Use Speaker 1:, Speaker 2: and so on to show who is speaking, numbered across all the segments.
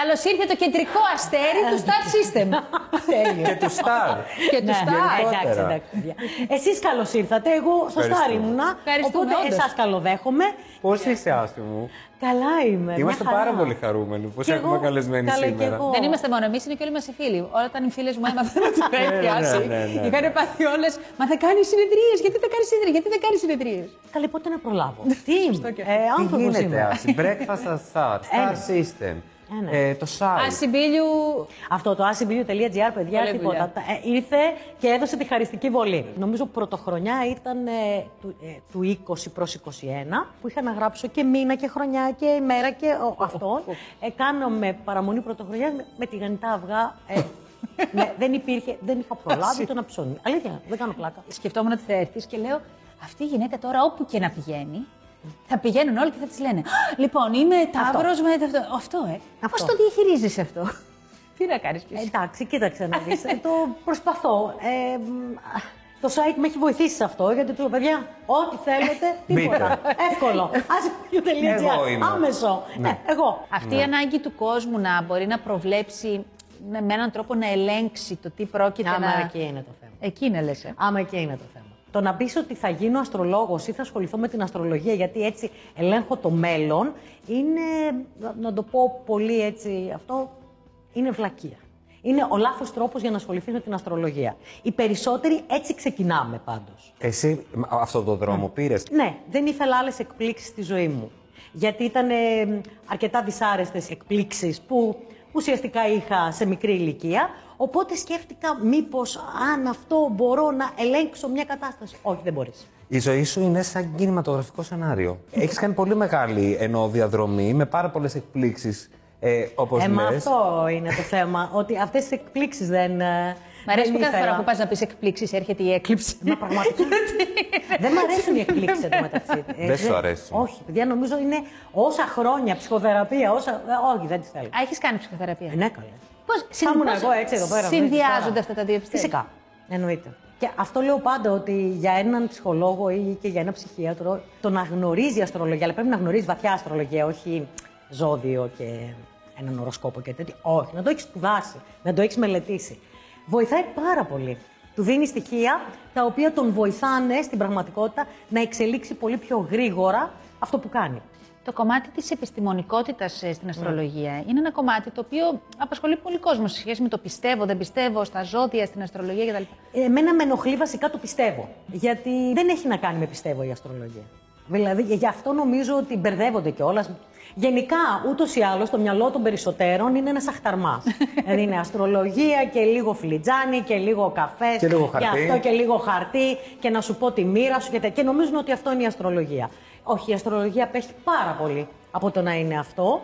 Speaker 1: Καλώς ήρθε το κεντρικό αστέρι του Star System.
Speaker 2: Και του Σταρ.
Speaker 1: Και του
Speaker 2: Ναι.
Speaker 1: Star.
Speaker 2: Γενικότερα.
Speaker 3: εντάξει, εντάξει. παιδιά. Εσείς καλώς ήρθατε. Εγώ στο
Speaker 2: Ευχαριστούμε.
Speaker 3: Στάρι ήμουνα.
Speaker 1: Ευχαριστούμε,
Speaker 3: Οπότε
Speaker 1: όντως.
Speaker 3: εσάς καλοδέχομαι.
Speaker 2: Πώς είσαι, Άστη μου.
Speaker 3: Καλά είμαι. μια
Speaker 2: Είμαστε
Speaker 3: χαρά.
Speaker 2: πάρα πολύ χαρούμενοι που
Speaker 3: Κι
Speaker 2: σε έχουμε
Speaker 3: εγώ.
Speaker 2: καλεσμένη
Speaker 3: Καλά, κι
Speaker 2: σήμερα.
Speaker 3: εγώ.
Speaker 1: Δεν είμαστε μόνο εμείς, είναι και όλοι μας οι φίλοι. Όταν οι φίλες μου έμαθαν ότι θα
Speaker 2: ναι,
Speaker 1: πιάσει,
Speaker 2: ναι, ναι, ναι.
Speaker 1: είχαν πάθει όλες. Μα θα κάνει συνεδρίες, γιατί θα κάνει συνεδρίες, γιατί θα κάνει συνεδρίες.
Speaker 3: Καλή πότε να προλάβω. Τι είμαι.
Speaker 1: και
Speaker 3: ε,
Speaker 2: Τι
Speaker 3: άνθρωπος
Speaker 2: γίνεται,
Speaker 3: είμαι. Ε,
Speaker 2: Άση, breakfast at Star, Star System,
Speaker 3: Ένα.
Speaker 2: ε, το Site.
Speaker 1: Ασυμπίλιου.
Speaker 3: Αυτό το asimbio.gr, παιδιά,
Speaker 1: Καλή
Speaker 3: τίποτα.
Speaker 1: δουλειά.
Speaker 3: Τα- ε, ήρθε και έδωσε τη χαριστική βολή. Νομίζω πρωτοχρονιά ήταν ε, του, ε, του 20 προς 21, που είχα να γράψω και μήνα και χρονιά και ημέρα και ο, αυτό. Ε, κάναμε παραμονή πρωτοχρονιάς με, με τηγανιτά αυγά. ε, ναι, δεν υπήρχε, δεν είχα προλάβει το να ψώνει. Αλήθεια, δεν κάνω πλάκα.
Speaker 1: Σκεφτόμουν ότι θα έρθεις και λέω, αυτή η γυναίκα τώρα όπου και να πηγαίνει, θα πηγαίνουν όλοι και θα τη λένε. «Α, Λοιπόν, είμαι τάβρο με αυτό. Αυτό, ε.
Speaker 3: Αυτό.
Speaker 1: Πώ το διαχειρίζεσαι αυτό. Ε, Τι να κάνεις πίσω.
Speaker 3: Εντάξει, κοίταξε να δεις. Ε, το προσπαθώ. Ε, μ, το site με έχει βοηθήσει σε αυτό, γιατί του λέω, παιδιά, ό,τι θέλετε, τίποτα. Εύκολο.
Speaker 2: Εγώ
Speaker 3: Asimbio.gr,
Speaker 2: είμαι.
Speaker 3: άμεσο. Ναι, εγώ.
Speaker 1: Αυτή η ανάγκη του κόσμου να μπορεί να προβλέψει με, με έναν τρόπο να ελέγξει το τι πρόκειται
Speaker 3: Άμα
Speaker 1: να.
Speaker 3: εκεί είναι το θέμα.
Speaker 1: Εκεί είναι, λες, ε.
Speaker 3: Άμα εκεί είναι το θέμα. Το να πεις ότι θα γίνω αστρολόγος ή θα ασχοληθώ με την αστρολογία γιατί έτσι ελέγχω το μέλλον είναι, να το πω πολύ έτσι αυτό, είναι βλακεία. Είναι ο λάθος τρόπος για να ασχοληθείς με την αστρολογία. Οι περισσότεροι έτσι ξεκινάμε πάντως.
Speaker 2: Εσύ μ, αυτόν τον δρόμο πήρες.
Speaker 3: Ναι, δεν ήθελα άλλες εκπλήξεις στη ζωή μου. Γιατί ήταν ε, αρκετά δυσάρεστες εκπλήξεις που ουσιαστικά είχα σε μικρή ηλικία. Οπότε σκέφτηκα μήπως αν αυτό μπορώ να ελέγξω μια κατάσταση. Όχι, δεν μπορείς.
Speaker 2: Η ζωή σου είναι σαν κινηματογραφικό σενάριο.
Speaker 3: Ναι.
Speaker 2: Έχεις κάνει πολύ μεγάλη ενώ διαδρομή με πάρα πολλές εκπλήξεις. Ε, Όπως
Speaker 3: Ε, μα αυτό είναι το θέμα. ότι αυτές τις εκπλήξεις δεν. ε,
Speaker 1: Μ' αρέσει
Speaker 3: δεν
Speaker 1: που κάθε
Speaker 3: ήθελα.
Speaker 1: φορά που πας να πεις εκπλήξεις έρχεται η έκλειψη.
Speaker 3: Μα πραγματικά. δεν μ' αρέσουν οι εκπλήξεις εδώ μεταξύ. Ε,
Speaker 2: Δεν σου αρέσουν.
Speaker 3: Όχι, παιδιά, νομίζω είναι όσα χρόνια ψυχοθεραπεία, όσα. ε, όχι, δεν τις θέλω.
Speaker 1: Α, έχεις κάνει ψυχοθεραπεία.
Speaker 3: Ε, ναι, καλέ.
Speaker 1: Πώς
Speaker 3: Θα ήμουν
Speaker 1: πώς
Speaker 3: εγώ έτσι εδώ πέρα. βλέπεις τώρα.
Speaker 1: Συνδυάζονται αυτά τα δύο πιστεύω.
Speaker 3: Φυσικά. Εννοείται. Και αυτό λέω πάντα ότι για έναν ψυχολόγο ή και για έναν ψυχίατρο το να γνωρίζει αστρολογία, αλλά πρέπει να γνωρίζει βαθιά αστρολογία, όχι ζώδιο και έναν οροσκόπο και τέτοιο. Όχι, να το έχεις σπουδάσει, να το έχεις μελετήσει. Βοηθάει πάρα πολύ. Του δίνει στοιχεία τα οποία τον βοηθάνε στην πραγματικότητα να εξελίξει πολύ πιο γρήγορα αυτό που κάνει.
Speaker 1: Το κομμάτι της επιστημονικότητας ε,
Speaker 3: Ναι.
Speaker 1: στην αστρολογία είναι ένα κομμάτι το οποίο απασχολεί πολύ κόσμο σε σχέση με το πιστεύω, δεν πιστεύω, στα ζώδια, στην αστρολογία κτλ.
Speaker 3: Εμένα με ενοχλεί βασικά το πιστεύω. Γιατί δεν έχει να κάνει με πιστεύω η αστρολογία. Δηλαδή, γι- γι' αυτό νομίζω ότι μπερδεύονται κιόλας. Γενικά, ούτως ή άλλως, το μυαλό των περισσότερων είναι ένας αχταρμάς. δηλαδή, είναι αστρολογία και λίγο φλιτζάνι και λίγο καφέ.
Speaker 2: Και λίγο χαρτί.
Speaker 3: αυτό και λίγο χαρτί και να σου πω τη μοίρα σου και τέτοια. Και νομίζουν ότι αυτό είναι η αστρολογία. Όχι, η αστρολογία απέχει πάρα πολύ από το να είναι αυτό.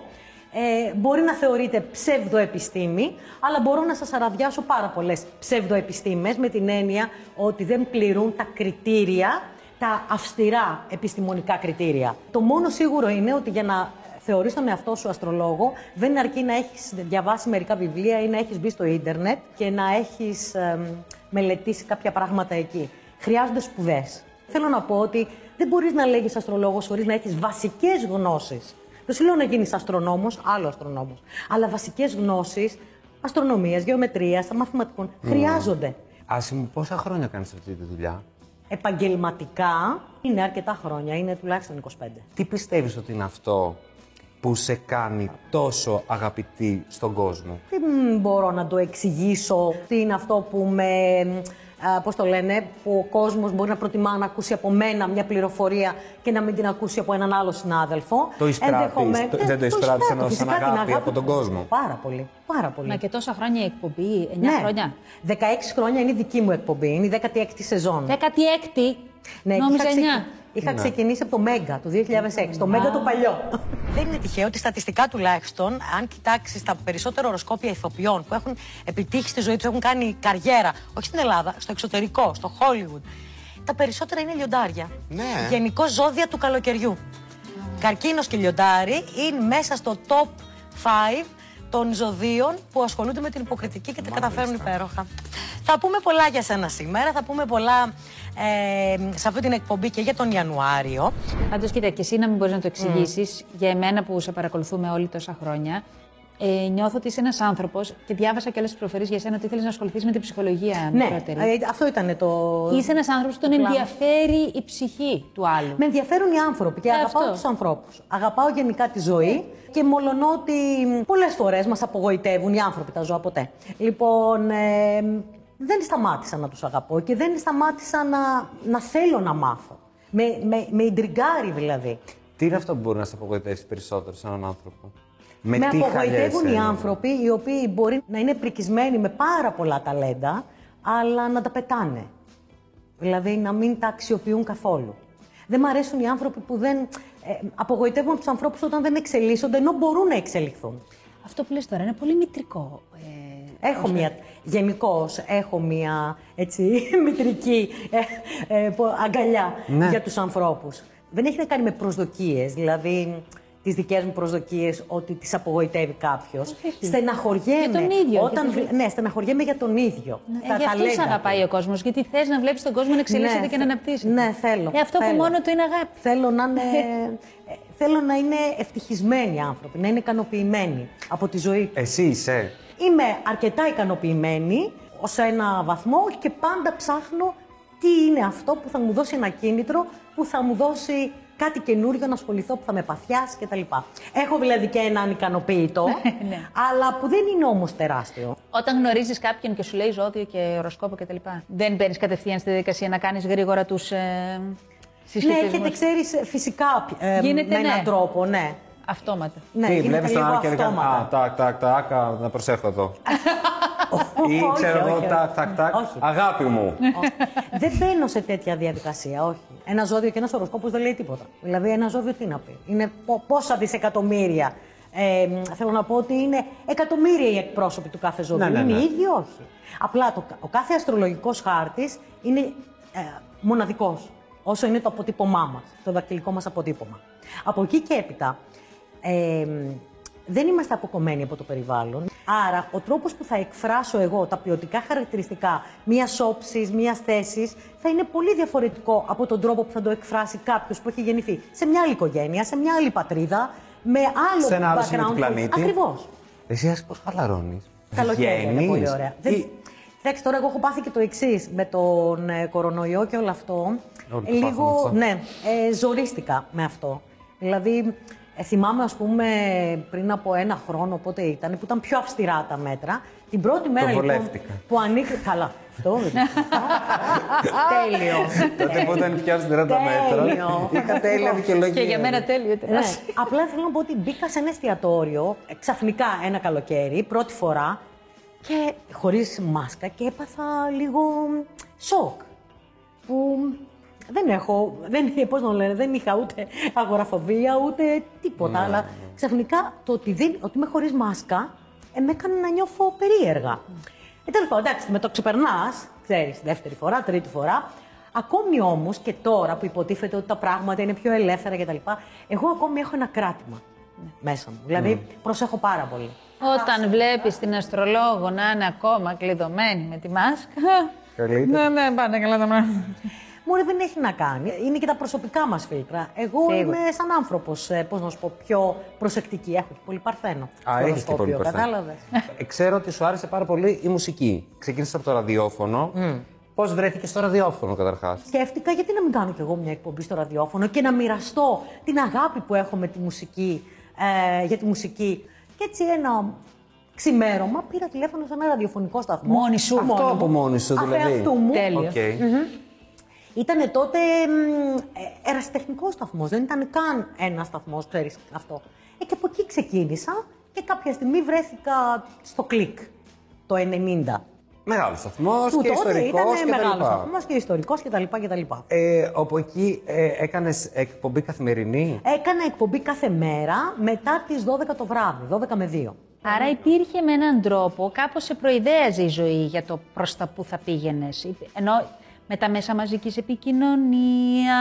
Speaker 3: Ε, μπορεί να θεωρείται ψευδοεπιστήμη, αλλά μπορώ να σας αραδιάσω πάρα πολλές ψευδοεπιστήμες με την έννοια ότι δεν πληρούν τα κριτήρια, τα αυστηρά επιστημονικά κριτήρια. Το μόνο σίγουρο είναι ότι για να θεωρείς τον εαυτό σου αστρολόγο, δεν αρκεί να έχεις διαβάσει μερικά βιβλία ή να έχεις μπει στο ίντερνετ και να έχεις εμ, μελετήσει κάποια πράγματα εκεί. Χρειάζονται σπουδές. Θέλω να πω ότι δεν μπορείς να λέγεις αστρολόγος χωρίς να έχεις βασικές γνώσεις. Δεν σου λέω να γίνεις αστρονόμος, άλλο αστρονόμος. Αλλά βασικές γνώσεις αστρονομίας, γεωμετρίας, μαθηματικών χρειάζονται.
Speaker 2: Άση μου, πόσα χρόνια κάνεις αυτή τη δουλειά.
Speaker 3: Επαγγελματικά είναι αρκετά χρόνια, είναι τουλάχιστον 25.
Speaker 2: Τι πιστεύεις ότι είναι αυτό που σε κάνει τόσο αγαπητή στον κόσμο.
Speaker 3: Δεν μπορώ να το εξηγήσω τι είναι αυτό που με. α, πώς το λένε, που ο κόσμος μπορεί να προτιμά να ακούσει από μένα μια πληροφορία και να μην την ακούσει από έναν άλλο συνάδελφο.
Speaker 2: Το εισπράττεις,
Speaker 3: Ενδεχομένως-
Speaker 2: το-
Speaker 3: Ναι,
Speaker 2: δεν το εισπράττεις
Speaker 3: εισπράττω,
Speaker 2: ενώ σαν
Speaker 3: φυσικά, την
Speaker 2: αγάπη από τον κόσμο.
Speaker 3: Πάρα πολύ. Πάρα πολύ.
Speaker 1: Μα και τόσα χρόνια η εκπομπή, 9
Speaker 3: Ναι.
Speaker 1: χρόνια.
Speaker 3: 16 χρόνια είναι η δική μου εκπομπή. Είναι η 16η σεζόν.
Speaker 1: 16η,
Speaker 3: Ναι,
Speaker 1: νόμιζα
Speaker 3: είχα,
Speaker 1: 9.
Speaker 3: ξεκι- είχα ξεκινήσει από το Μέγκα το 2006, το Μέγκα το παλιό. Δεν είναι τυχαίο ότι στατιστικά τουλάχιστον, αν κοιτάξεις τα περισσότερα οροσκόπια ηθοποιών που έχουν επιτύχει στη ζωή τους, έχουν κάνει καριέρα, όχι στην Ελλάδα, στο εξωτερικό, στο Hollywood, τα περισσότερα είναι λιοντάρια.
Speaker 2: Ναι.
Speaker 3: Γενικώ ζώδια του καλοκαιριού. Καρκίνος και λιοντάρι είναι μέσα στο top 5 των ζωδίων που ασχολούνται με την υποκριτική και τα καταφέρουν υπέροχα. Θα πούμε πολλά για σένα σήμερα, θα πούμε πολλά ε, σε αυτή την εκπομπή και για τον Ιανουάριο. Mm.
Speaker 1: Πάντως, κοίτα, και εσύ να μην μπορείς να το εξηγήσεις για εμένα που σε παρακολουθούμε όλοι τόσα χρόνια. ε, νιώθω ότι είσαι ένας άνθρωπος και διάβασα και όλες τις προφορίες για σένα ότι ήθελε να ασχοληθείς με την ψυχολογία
Speaker 3: Ναι,
Speaker 1: μικρότερη.
Speaker 3: ε, αυτό ήταν το.
Speaker 1: Είσαι ένας άνθρωπος που τον ενδιαφέρει η ψυχή του άλλου.
Speaker 3: Με ενδιαφέρουν οι άνθρωποι και
Speaker 1: Ε,
Speaker 3: αγαπάω
Speaker 1: αυτό.
Speaker 3: τους ανθρώπους. Αγαπάω γενικά τη ζωή και μολονότι πολλές φορές μας απογοητεύουν οι άνθρωποι, τα ζώα ποτέ. Λοιπόν, ε, δεν σταμάτησα να τους αγαπώ και δεν σταμάτησα να, να θέλω να μάθω. Με, με, με ιντριγκάρει δηλαδή.
Speaker 2: Τι είναι αυτό που μπορεί να σε απογοητεύσει περισσότερο σε έναν άνθρωπο.
Speaker 3: Με
Speaker 2: τι
Speaker 3: απογοητεύουν
Speaker 2: χαλιέσαι,
Speaker 3: οι
Speaker 2: εννοώ.
Speaker 3: άνθρωποι οι οποίοι μπορεί να είναι πρικισμένοι με πάρα πολλά ταλέντα, αλλά να τα πετάνε. Δηλαδή να μην τα αξιοποιούν καθόλου. Δεν μ' αρέσουν οι άνθρωποι που δεν. Ε, απογοητεύουν τους ανθρώπους όταν δεν εξελίσσονται, ενώ μπορούν να εξελιχθούν.
Speaker 1: Αυτό που λες τώρα είναι πολύ μητρικό. Ε,
Speaker 3: Έχω μία. Γενικώς έχω μία έτσι μητρική ε, ε, πο- αγκαλιά
Speaker 2: Ναι.
Speaker 3: για τους ανθρώπους. Δεν έχει να κάνει με προσδοκίες, δηλαδή τις δικές μου προσδοκίες ότι τις απογοητεύει κάποιος.
Speaker 1: όχι.
Speaker 3: Στεναχωριέμαι.
Speaker 1: Για τον ίδιο,
Speaker 3: Όταν...
Speaker 1: για τον-
Speaker 3: βλέ- Ναι, στεναχωριέμαι για τον ίδιο.
Speaker 1: ε, γι' αυτό σε
Speaker 3: ταλέντα του.
Speaker 1: αγαπάει ο κόσμος, γιατί θες να βλέπεις τον κόσμο να εξελίσσεται
Speaker 3: Ναι,
Speaker 1: και να
Speaker 3: θε-
Speaker 1: αναπτύσσεται.
Speaker 3: ναι, θέλω,
Speaker 1: Ε, αυτό
Speaker 3: θέλω.
Speaker 1: που μόνο του είναι αγάπη.
Speaker 3: Θέλω να είναι. ε, Θέλω να είναι ευτυχισμένοι οι άνθρωποι, να είναι ικανοποιημένοι από τη ζωή τους.
Speaker 2: Εσύ είσαι.
Speaker 3: Είμαι αρκετά ικανοποιημένη σε ένα βαθμό και πάντα ψάχνω τι είναι αυτό που θα μου δώσει ένα κίνητρο, που θα μου δώσει κάτι καινούριο να ασχοληθώ, που θα με παθιάσει κτλ. Έχω δηλαδή και έναν ικανοποιητό,
Speaker 1: Ναι.
Speaker 3: αλλά που δεν είναι όμως τεράστιο.
Speaker 1: Όταν γνωρίζεις κάποιον και σου λέει ζώδιο και οροσκόπο κτλ., δεν μπαίνεις κατευθείαν στη διαδικασία να κάνεις γρήγορα τους ε,
Speaker 3: Ναι,
Speaker 1: συσχετισμούς.
Speaker 3: έχετε, ξέρεις, φυσικά ε,
Speaker 1: Γίνεται,
Speaker 3: με έναν
Speaker 1: ναι.
Speaker 3: τρόπο, ναι.
Speaker 1: Αυτόματα.
Speaker 3: Ναι,
Speaker 2: τι,
Speaker 3: γίνεται
Speaker 2: βλέπεις τον
Speaker 3: λίγο
Speaker 2: άλλο και λέει κάτι,
Speaker 3: αυτόματα.
Speaker 2: Α, τάκ, τάκ, τάκ, α, να προσέχω εδώ. Ή
Speaker 3: Όχι,
Speaker 2: ξέρω εγώ,
Speaker 3: όχι,
Speaker 2: τάκ,
Speaker 3: όχι.
Speaker 2: τάκ, τάκ.
Speaker 3: Όχι.
Speaker 2: Αγάπη μου.
Speaker 3: Όχι. δεν μπαίνω σε τέτοια διαδικασία, όχι. Ένα ζώδιο και ένας οροσκόπος δεν λέει τίποτα. Δηλαδή, ένα ζώδιο τι να πει. Είναι πο- πόσα δισεκατομμύρια. Ε, μ, θέλω να πω ότι είναι εκατομμύρια οι εκπρόσωποι του κάθε ζώδιου.
Speaker 2: Ναι, ναι,
Speaker 3: Είναι
Speaker 2: ναι.
Speaker 3: οι ίδιοι, όχι. Απλά το, κα- ο κάθε αστρολογικός χάρτης είναι ε, μοναδικός. Όσο είναι το αποτύπωμά μας, το δακτυλικό μας αποτύπωμα. Από εκεί και έπειτα, ε, μ, δεν είμαστε αποκομμένοι από το περιβάλλον. Άρα, ο τρόπος που θα εκφράσω εγώ τα ποιοτικά χαρακτηριστικά μιας όψης, μιας θέσης, θα είναι πολύ διαφορετικό από τον τρόπο που θα το εκφράσει κάποιος που έχει γεννηθεί σε μια άλλη οικογένεια, σε μια άλλη πατρίδα, με άλλο
Speaker 2: Σε ένα άλλο σημείο του
Speaker 3: background.
Speaker 2: πλανήτη.
Speaker 3: Ακριβώς.
Speaker 2: Εσύ ας πώς χαλαρώνεις.
Speaker 3: Καλοκαίρι είναι πολύ
Speaker 2: Βγαίνεις.
Speaker 3: ωραία.
Speaker 2: Ή-
Speaker 3: Δεν... Κοιτάξτε, τώρα εγώ έχω πάθει και το εξής με τον ε, κορονοϊό και όλο αυτό.
Speaker 2: Όλοι το πάθαμε
Speaker 3: Λίγο,
Speaker 2: αυτό.
Speaker 3: ναι, ε, ζορίστηκα με αυτό. Δηλαδή, ε, θυμάμαι, ας πούμε, πριν από ένα χρόνο, πότε ήταν, που ήταν πιο αυστηρά τα μέτρα. Την πρώτη μέρα λοιπόν,
Speaker 2: βολεύτηκα.
Speaker 3: που ανοίξει. Καλά, αυτό δεν Τέλειο.
Speaker 2: Τότε που ήταν πια αυστηρά τα μέτρα.
Speaker 3: Τέλειο.
Speaker 2: Είχα τέλεια δικαιολογία.
Speaker 1: Και για μένα τέλειο ήταν.
Speaker 3: Ναι. Απλά θέλω να πω ότι μπήκα σε ένα εστιατόριο ε, ξαφνικά ένα καλοκαίρι, πρώτη φορά, και χωρίς μάσκα και έπαθα λίγο σοκ. Που δεν έχω, δεν, πώς να το λένε, δεν είχα ούτε αγοραφοβία ούτε τίποτα. Αλλά ξαφνικά το ότι, δεν, ότι είμαι χωρίς μάσκα ε, με έκανε να νιώθω περίεργα. Ε, τέλος πάντων, εντάξει, με το ξεπερνάς, ξέρεις, δεύτερη φορά, τρίτη φορά. Ακόμη όμως και τώρα που υποτίθεται ότι τα πράγματα είναι πιο ελεύθερα κτλ., εγώ ακόμη έχω ένα κράτημα μέσα μου. Δηλαδή, προσέχω πάρα πολύ.
Speaker 1: Όταν βλέπεις την αστρολόγο να είναι ακόμα κλειδωμένη με τη μάσκα.
Speaker 2: Καλύτερα.
Speaker 1: ναι, πάνε καλά τα μάτια.
Speaker 3: Μωρέ, δεν έχει να κάνει. Είναι και τα προσωπικά μας φίλτρα. Εγώ
Speaker 1: Σίγουρα.
Speaker 3: είμαι σαν άνθρωπος, πώς να σου πω, πιο προσεκτική. Έχω και πολύ παρθένο.
Speaker 2: Α,
Speaker 3: στο
Speaker 2: έχεις και πολύ
Speaker 3: οροσκόπιο,
Speaker 2: παρθένο.
Speaker 3: κατάλαβες.
Speaker 2: Ε, Ξέρω ότι σου άρεσε πάρα πολύ η μουσική. Ξεκίνησες από το ραδιόφωνο. Πώς βρέθηκες στο ραδιόφωνο καταρχάς.
Speaker 3: Σκέφτηκα γιατί να μην κάνω κι εγώ μια εκπομπή στο ραδιόφωνο και να μοιραστώ την αγάπη που έχω με τη μουσική, ε, για τη μουσική. Και έτσι ένα ξημέρωμα πήρα τηλέφωνο σε ένα ραδιοφωνικό σταθμό.
Speaker 1: Μόνη σου.
Speaker 3: Α,
Speaker 2: Αυτό
Speaker 3: μόνη
Speaker 2: από
Speaker 3: μου.
Speaker 2: μόνη σου δηλαδή.
Speaker 3: Αφ' εαυτού μου.
Speaker 1: Τέλειο.
Speaker 2: Οκ.
Speaker 3: Ήταν τότε μ, ε, ερασιτεχνικός σταθμός. Δεν ήταν καν ένας σταθμός, ξέρεις αυτό. Ε, και από εκεί ξεκίνησα και κάποια στιγμή βρέθηκα στο κλικ το 90.
Speaker 2: Μεγάλος σταθμός
Speaker 3: Που
Speaker 2: και ιστορικό
Speaker 3: ήταν μεγάλο
Speaker 2: κτλ.
Speaker 3: σταθμός και ιστορικός κτλ.
Speaker 2: Ε, από εκεί ε, έκανες εκπομπή καθημερινή.
Speaker 3: Έκανα εκπομπή κάθε μέρα μετά τις 12 το βράδυ, 12 με 2.
Speaker 1: Άρα υπήρχε με έναν τρόπο, κάπως σε προειδέαζε η ζωή για το προς τα που θα πήγαινες. Ενώ με τα μέσα μαζικής επικοινωνίας,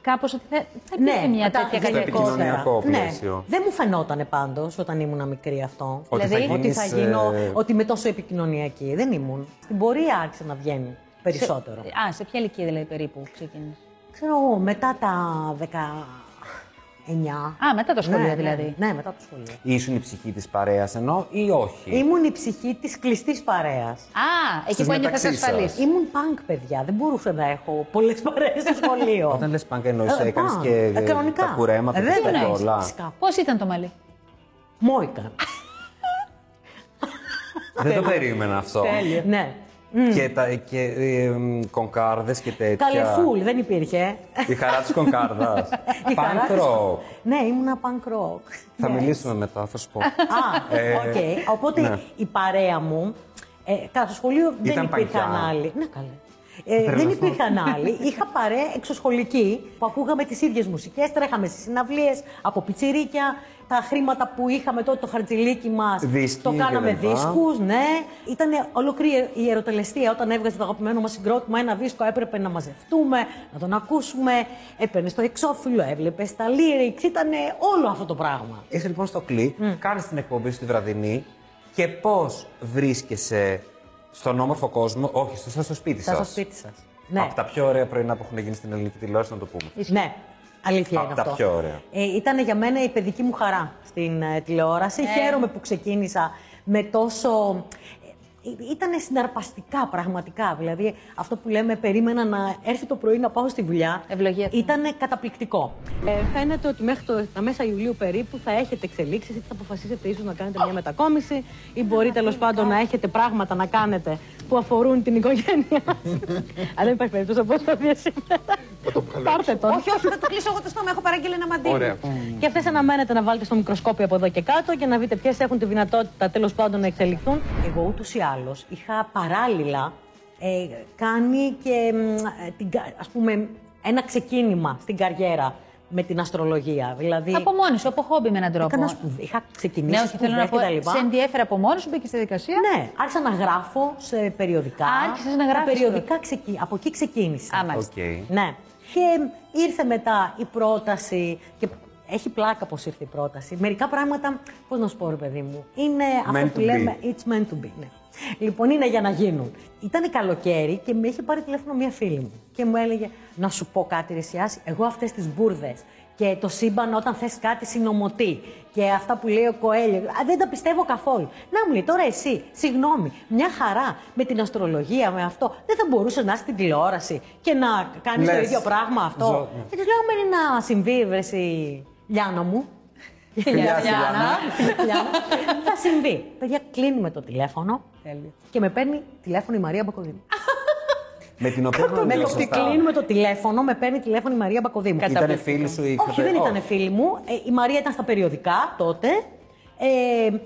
Speaker 1: κάπως ότι θα, Ναι, θα υπήρχε Ε, μια
Speaker 3: Ναι, μετά-
Speaker 1: τέτοια
Speaker 2: Στο
Speaker 1: καλλιεργότητα.
Speaker 2: επικοινωνιακό
Speaker 3: Ναι.
Speaker 2: πλαίσιο.
Speaker 3: Δεν μου φαινόταν πάντως όταν ήμουν μικρή αυτό.
Speaker 2: Ότι
Speaker 1: Δηλαδή,
Speaker 2: θα
Speaker 3: Ότι
Speaker 2: γίνεις,
Speaker 3: θα γίνω,
Speaker 2: ε,
Speaker 3: ότι είμαι τόσο επικοινωνιακή. Δεν ήμουν. Στην πορεία άρχισε να βγαίνει περισσότερο.
Speaker 1: Α, σε ποια ηλικία δηλαδή περίπου ξεκίνησες.
Speaker 3: Ξέρω εγώ, μετά τα 19 9.
Speaker 1: Α, μετά το σχολείο
Speaker 3: Ναι, ναι,
Speaker 1: δηλαδή.
Speaker 3: Ναι, μετά το σχολείο.
Speaker 2: Ήσουν η ψυχή της παρέας ενώ ή
Speaker 1: Ε.
Speaker 2: όχι.
Speaker 3: Ήμουν η ψυχή της κλειστής παρέας.
Speaker 1: Α, εκεί
Speaker 2: Στις
Speaker 1: που ένιωθες
Speaker 2: μεταξύ σας.
Speaker 1: ασφαλής.
Speaker 3: Ήμουν πανκ, παιδιά. Δεν μπορούσα να έχω πολλές παρέες στο σχολείο.
Speaker 2: Όταν λες πανκα, εννοείς
Speaker 3: Ε,
Speaker 2: έκανες
Speaker 3: punk.
Speaker 2: και
Speaker 3: Ε, κανονικά.
Speaker 2: τα κουρέματα
Speaker 3: Ε,
Speaker 2: και
Speaker 3: δεν
Speaker 2: αυτά και
Speaker 1: εννοείς.
Speaker 2: όλα.
Speaker 3: Φυσικά.
Speaker 1: Πώς ήταν το μαλλί.
Speaker 3: Μόικα.
Speaker 2: Δεν το περίμενα αυτό.
Speaker 3: ναι.
Speaker 2: Και, τα, και κονκάρδες και τέτοια.
Speaker 3: Καλεφούλ, δεν υπήρχε.
Speaker 2: Η χαρά της κονκάρδας.
Speaker 3: Η χαρά της-
Speaker 2: Πάνκρο.
Speaker 3: Ναι, ήμουνα Ναι. πανκ ροκ.
Speaker 2: Θα μιλήσουμε μετά, θα σου πω.
Speaker 3: Α,
Speaker 2: Ε,
Speaker 3: οκ. Οπότε
Speaker 2: ναι.
Speaker 3: η παρέα μου. Ε, κατά στο σχολείο δεν
Speaker 2: Ήταν
Speaker 3: υπήρχαν
Speaker 2: πανκιά.
Speaker 3: άλλοι. Ναι, καλέ. Ε, δεν υπήρχαν άλλοι. Είχα παρέα εξωσχολική που ακούγαμε τις ίδιες μουσικές, τρέχαμε στις συναυλίες από πιτσιρίκια. Τα χρήματα που είχαμε τότε, το χαρτζιλίκι μας,
Speaker 2: Δίσκοι
Speaker 3: το κάναμε
Speaker 2: κλπ.
Speaker 3: δίσκους, ναι. Ήταν ολόκληρη η ερωτελεστία. Όταν έβγαζε το αγαπημένο μας συγκρότημα, ένα δίσκο έπρεπε να μαζευτούμε, να τον ακούσουμε. Έπαιρνε το εξώφυλλο, έβλεπες τα lyrics. Ήταν όλο αυτό το πράγμα.
Speaker 2: Είσαι λοιπόν στο κλί, κάνεις κάνεις την εκπομπή στη βραδινή και πώς βρίσκεσαι στον όμορφο κόσμο, όχι, στο, στο σπίτι σα.
Speaker 3: Στα στο σπίτι σας. Ναι.
Speaker 2: Από τα πιο ωραία πρωινά που έχουν γίνει στην ελληνική τηλεόραση, να το πούμε.
Speaker 3: Ναι. Αλήθεια
Speaker 2: Απ'
Speaker 3: είναι
Speaker 2: τα
Speaker 3: αυτό.
Speaker 2: πιο ωραία.
Speaker 3: Ε, ήταν για μένα η παιδική μου χαρά στην ε,
Speaker 2: Ναι.
Speaker 3: τηλεόραση. Χαίρομαι που ξεκίνησα με τόσο. Ήταν συναρπαστικά πραγματικά. Δηλαδή, αυτό που λέμε, περίμενα να έρθει το πρωί να πάω στη δουλειά.
Speaker 1: Ευλογία του.
Speaker 3: Ήταν καταπληκτικό.
Speaker 4: Ε, φαίνεται ότι μέχρι το, τα μέσα Ιουλίου περίπου θα έχετε εξελίξεις, είτε θα αποφασίσετε ίσως να κάνετε μια μετακόμιση ή μπορεί τέλο πάντων να έχετε πράγματα να κάνετε που αφορούν την οικογένειά σας. Αλλά δεν υπάρχει περίπτωση να πω στο σήμερα. Πάρτε τον. Όχι, όχι, θα το κλείσω εγώ το στόμα. Έχω παραγγείλει ένα μαντίλι. Και αυτές αναμένεται να βάλετε στο μικροσκόπιο από εδώ και κάτω και να δείτε ποιες έχουν τη δυνατότητα τέλος πάντων να εξελιχθούν.
Speaker 3: Εγώ ούτως ή άλλως είχα παράλληλα ε, κάνει και μ, ε, την κα- ας πούμε, ένα ξεκίνημα στην καριέρα με την αστρολογία. Δηλαδή,
Speaker 1: Από μόνη σου, από χόμπι με έναν τρόπο.
Speaker 3: έκανα σπουδ- είχα ξεκινήσει
Speaker 1: Ναι, όχι, θέλω να
Speaker 3: σπουδές
Speaker 1: πω.
Speaker 3: και τα λοιπά.
Speaker 1: Σε ενδιέφερε από μόνη σου, μπήκε στη δικασία.
Speaker 3: Ναι, άρχισα να γράφω σε περιοδικά.
Speaker 1: Άρχισες να γράφεις
Speaker 3: Τα Περιοδικά ξεκι... από εκεί ξεκίνησα.
Speaker 1: Α, μάλιστα.
Speaker 2: Οκ.
Speaker 3: Ναι. Και ήρθε μετά η πρόταση. Και έχει πλάκα πώ ήρθε η πρόταση. Μερικά πράγματα, πώς να σου πω, ρε παιδί μου. Είναι αυτό
Speaker 2: Meant
Speaker 3: που
Speaker 2: to
Speaker 3: λέμε. It's meant to be. Ναι. Λοιπόν, είναι για να γίνουν. Ήταν καλοκαίρι και με είχε πάρει τηλέφωνο μία φίλη μου. Και μου έλεγε να σου πω κάτι, Ρε Σιάση, εγώ αυτές τις μπουρδες. Και το σύμπαν όταν θες κάτι συνομωτεί. Και αυτά που λέει ο Κοέλιο. Α, δεν τα πιστεύω καθόλου. Να μου λέει τώρα εσύ, συγγνώμη, μια χαρά με την αστρολογία, με αυτό. Δεν θα μπορούσες να είσαι στην τηλεόραση και να κάνεις το
Speaker 2: Λες.
Speaker 3: ίδιο πράγμα αυτό.
Speaker 2: Ζω- ναι.
Speaker 3: Και του λέω, μένει να συμβεί, βρεσί, Λιάνα μου.
Speaker 2: Φιλιά, στη
Speaker 1: Λιάνα.
Speaker 2: Λιάνα.
Speaker 3: Λιάνα. θα συμβεί. Παιδιά, κλείνουμε το τηλέφωνο και με παίρνει τηλέφωνο η Μαρία Μπακοδήμου.
Speaker 2: Με την οποία
Speaker 3: Με
Speaker 2: γνωρίζω
Speaker 3: το ότι
Speaker 2: σωστά.
Speaker 3: κλείνουμε το τηλέφωνο, με παίρνει τηλέφωνο η Μαρία Μπακοδήμου.
Speaker 2: Ήτανε φίλη σου ή
Speaker 3: Όχι, δεν
Speaker 2: ξαδερφός?
Speaker 3: ήταν φίλη μου. Ε, η Μαρία ήταν στα περιοδικά τότε. Ε,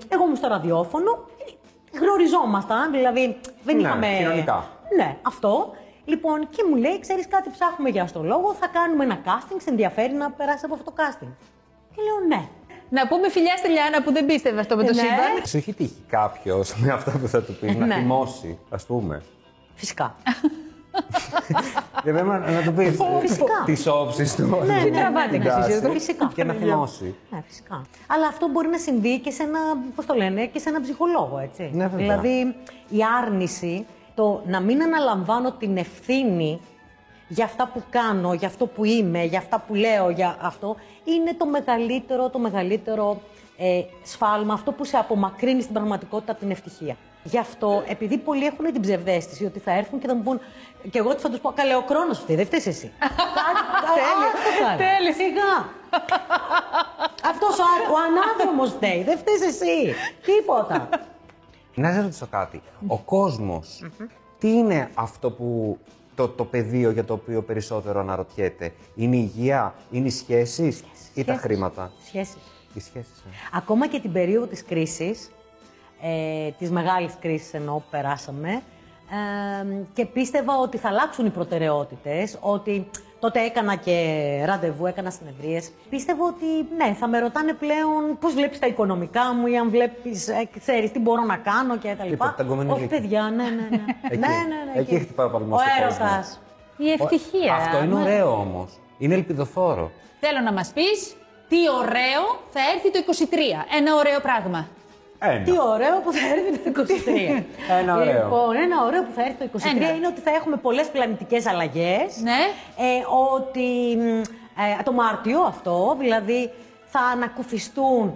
Speaker 3: εγώ ήμουν στο ραδιόφωνο. Ε, Γνωριζόμασταν, δηλαδή δεν
Speaker 2: Ναι,
Speaker 3: είχαμε.
Speaker 2: κοινωνικά.
Speaker 3: Ναι, αυτό. Λοιπόν, και μου λέει, ξέρεις κάτι, ψάχνουμε για αστρολόγο. Θα κάνουμε ένα casting. Σε ενδιαφέρει να περάσεις από αυτό το casting. Και λέω ναι.
Speaker 1: Να πούμε φιλιά στη Λιάννα που δεν πίστευε αυτό με το
Speaker 3: Ναι.
Speaker 1: σύμπαν.
Speaker 2: Σου έχει τύχει κάποιος με αυτά που θα του πει να
Speaker 3: Ναι.
Speaker 2: θυμώσει, ας πούμε.
Speaker 3: Φυσικά.
Speaker 2: Για μένα να του πεις
Speaker 3: Φυσικά.
Speaker 2: τις όψεις του.
Speaker 3: Ναι,
Speaker 2: την
Speaker 3: ναι,
Speaker 1: τραβάτε κι
Speaker 2: τάση.
Speaker 1: εσείς εδώ,
Speaker 3: φυσικά.
Speaker 2: Και να θυμώσει.
Speaker 3: Ναι, φυσικά. Αλλά αυτό μπορεί να συμβεί και σε ένα, πώς το λένε, και σε έναν ψυχολόγο, έτσι.
Speaker 2: Ναι, βέβαια.
Speaker 3: δηλαδή, η άρνηση, το να μην αναλαμβάνω την ευθύνη για αυτά που κάνω, για αυτό που είμαι, για αυτά που λέω, για αυτό, είναι το μεγαλύτερο, το μεγαλύτερο ε, σφάλμα, αυτό που σε απομακρύνει στην πραγματικότητα από την ευτυχία. Γι' αυτό, επειδή πολλοί έχουν την ψευδέστηση ότι θα έρθουν και θα μου πούν. Και εγώ τι θα τους πω, Καλέ, ο χρόνο φταίει, δεν φταίεις εσύ. Τέλειο.
Speaker 1: Τέλειο.
Speaker 3: Σιγά. Αυτός ο, α- ο ανάδρομος φταίει. Δεν φταίεις εσύ. Τίποτα.
Speaker 2: Να σα ρωτήσω κάτι. Ο κόσμος, τι είναι αυτό που. Το, το πεδίο για το οποίο περισσότερο αναρωτιέται. Είναι η υγεία, είναι οι σχέσεις ή τα χρήματα.
Speaker 3: Σχέσεις.
Speaker 2: Οι ε. σχέσει.
Speaker 3: Ακόμα και την περίοδο της κρίσης, ε, της μεγάλης κρίσης εννοώ που περάσαμε, ε, και πίστευα ότι θα αλλάξουν οι προτεραιότητες, ότι τότε έκανα και ραντεβού, έκανα συνεδρίες. Πίστευα ότι ναι, θα με ρωτάνε πλέον πώς βλέπεις τα οικονομικά μου ή αν βλέπεις, ε, ξέρεις τι μπορώ να κάνω και τα λοιπά.
Speaker 2: Λοιπόν, τα γκόμενα
Speaker 3: Όχι
Speaker 2: λύκη.
Speaker 3: παιδιά, ναι, ναι, ναι.
Speaker 2: Εκεί.
Speaker 3: ναι, ναι, ναι,
Speaker 2: Εκεί χτυπάει ο παλμός
Speaker 3: Ο
Speaker 2: στον κόσμο.
Speaker 3: έρωτας.
Speaker 1: Η ευτυχία.
Speaker 2: Αυτό είναι
Speaker 3: Ναι.
Speaker 1: Μα-
Speaker 2: ωραίο όμως. Είναι ελπιδοφόρο.
Speaker 1: Θέλω να μας πεις τι ωραίο θα έρθει το 23. Ένα ωραίο πράγμα.
Speaker 2: Ένα.
Speaker 3: Τι ωραίο που θα έρθει το 23.
Speaker 2: Ένα ωραίο.
Speaker 3: Λοιπόν, ένα ωραίο που θα έρθει το 23
Speaker 1: Ένα.
Speaker 3: είναι ότι θα έχουμε πολλές πλανητικές αλλαγές.
Speaker 1: Ναι.
Speaker 3: Ε, ότι μ, ε, το Μάρτιο αυτό, δηλαδή θα ανακουφιστούν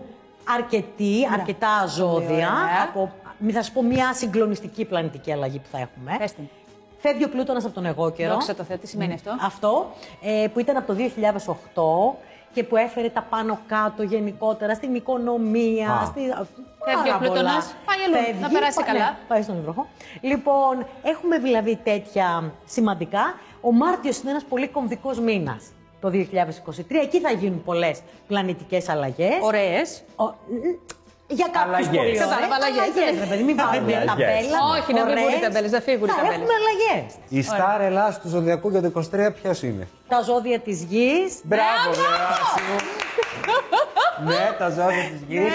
Speaker 3: αρκετοί, αρκετά ζώδια.
Speaker 1: Ναι. ωραία.
Speaker 3: Από, μην θα σου πω μια συγκλονιστική πλανητική αλλαγή που θα έχουμε.
Speaker 1: Πες την.
Speaker 3: Φεύγει ο πλούτονας από τον εγώ καιρό.
Speaker 1: Δόξα τω Θεώ, τι σημαίνει αυτό?
Speaker 3: Αυτό ε, που ήταν από το 2008 και που έφερε τα πάνω κάτω γενικότερα στην οικονομία.
Speaker 2: Α.
Speaker 3: Στη... α,
Speaker 1: Φεύγει
Speaker 3: πάρα
Speaker 1: ο Πλούτονας,
Speaker 3: πολλά.
Speaker 1: πάει αλλού,
Speaker 3: Φεύγει,
Speaker 1: να περάσει
Speaker 3: πα-
Speaker 1: καλά.
Speaker 3: ναι, πάει στον υδροχό. Λοιπόν, έχουμε δηλαδή τέτοια σημαντικά. Ο Μάρτιος είναι ένας πολύ κομβικός μήνας το 2023. Εκεί θα γίνουν πολλές πλανητικές αλλαγές.
Speaker 1: Ωραίες.
Speaker 3: Ο- ν- Για κάποιους
Speaker 2: Αλλαγές.
Speaker 3: πολύ ωραία.
Speaker 1: Κατάλαβα, αλλαγές.
Speaker 3: Αλλαγές, ρε παιδί, μην πάρουμε μια
Speaker 2: Αλλαγές.
Speaker 3: ταμπέλα.
Speaker 1: Όχι, να μην βγουν οι
Speaker 3: ωραίες.
Speaker 1: ταμπέλες, να φύγουν οι
Speaker 3: Θα
Speaker 1: ταμπέλες.
Speaker 3: έχουμε αλλαγές.
Speaker 2: Η Star Ελλάς του Ζωδιακού για το 23 ποιος είναι.
Speaker 3: Τα ζώδια της γης.
Speaker 2: Μπράβο, Λεράση μου. Ναι, τα ζώδια της γης.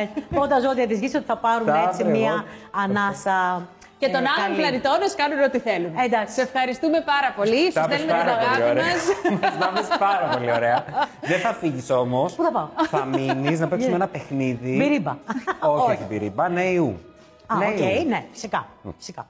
Speaker 3: Ε, Πρώτα ζώδια της γης ότι θα πάρουν
Speaker 2: Τα
Speaker 3: έτσι
Speaker 2: βρε,
Speaker 3: μια
Speaker 2: εγώ.
Speaker 3: ανάσα
Speaker 1: Και
Speaker 3: ε,
Speaker 1: των άλλων
Speaker 3: καλή.
Speaker 1: πλανητών κάνουν ό,τι θέλουν.
Speaker 3: Εντάξει.
Speaker 1: Σε ευχαριστούμε πάρα πολύ. Σου
Speaker 2: Τα πες
Speaker 1: στέλνουμε την
Speaker 2: πάρα πολύ
Speaker 1: αγάπη
Speaker 2: ωραία.
Speaker 1: μας.
Speaker 2: Τα πες πάρα πολύ ωραία. Δεν θα φύγεις όμως.
Speaker 3: Πού θα πάω? Ναι.
Speaker 2: Θα μείνεις να παίξουμε ένα παιχνίδι.
Speaker 3: Μπυρίμπα.
Speaker 2: Όχι, όχι, μπυρίμπα, νέου.
Speaker 3: Α, οκ,
Speaker 2: Νέου.
Speaker 3: ναι, φυσικά. φυσικά.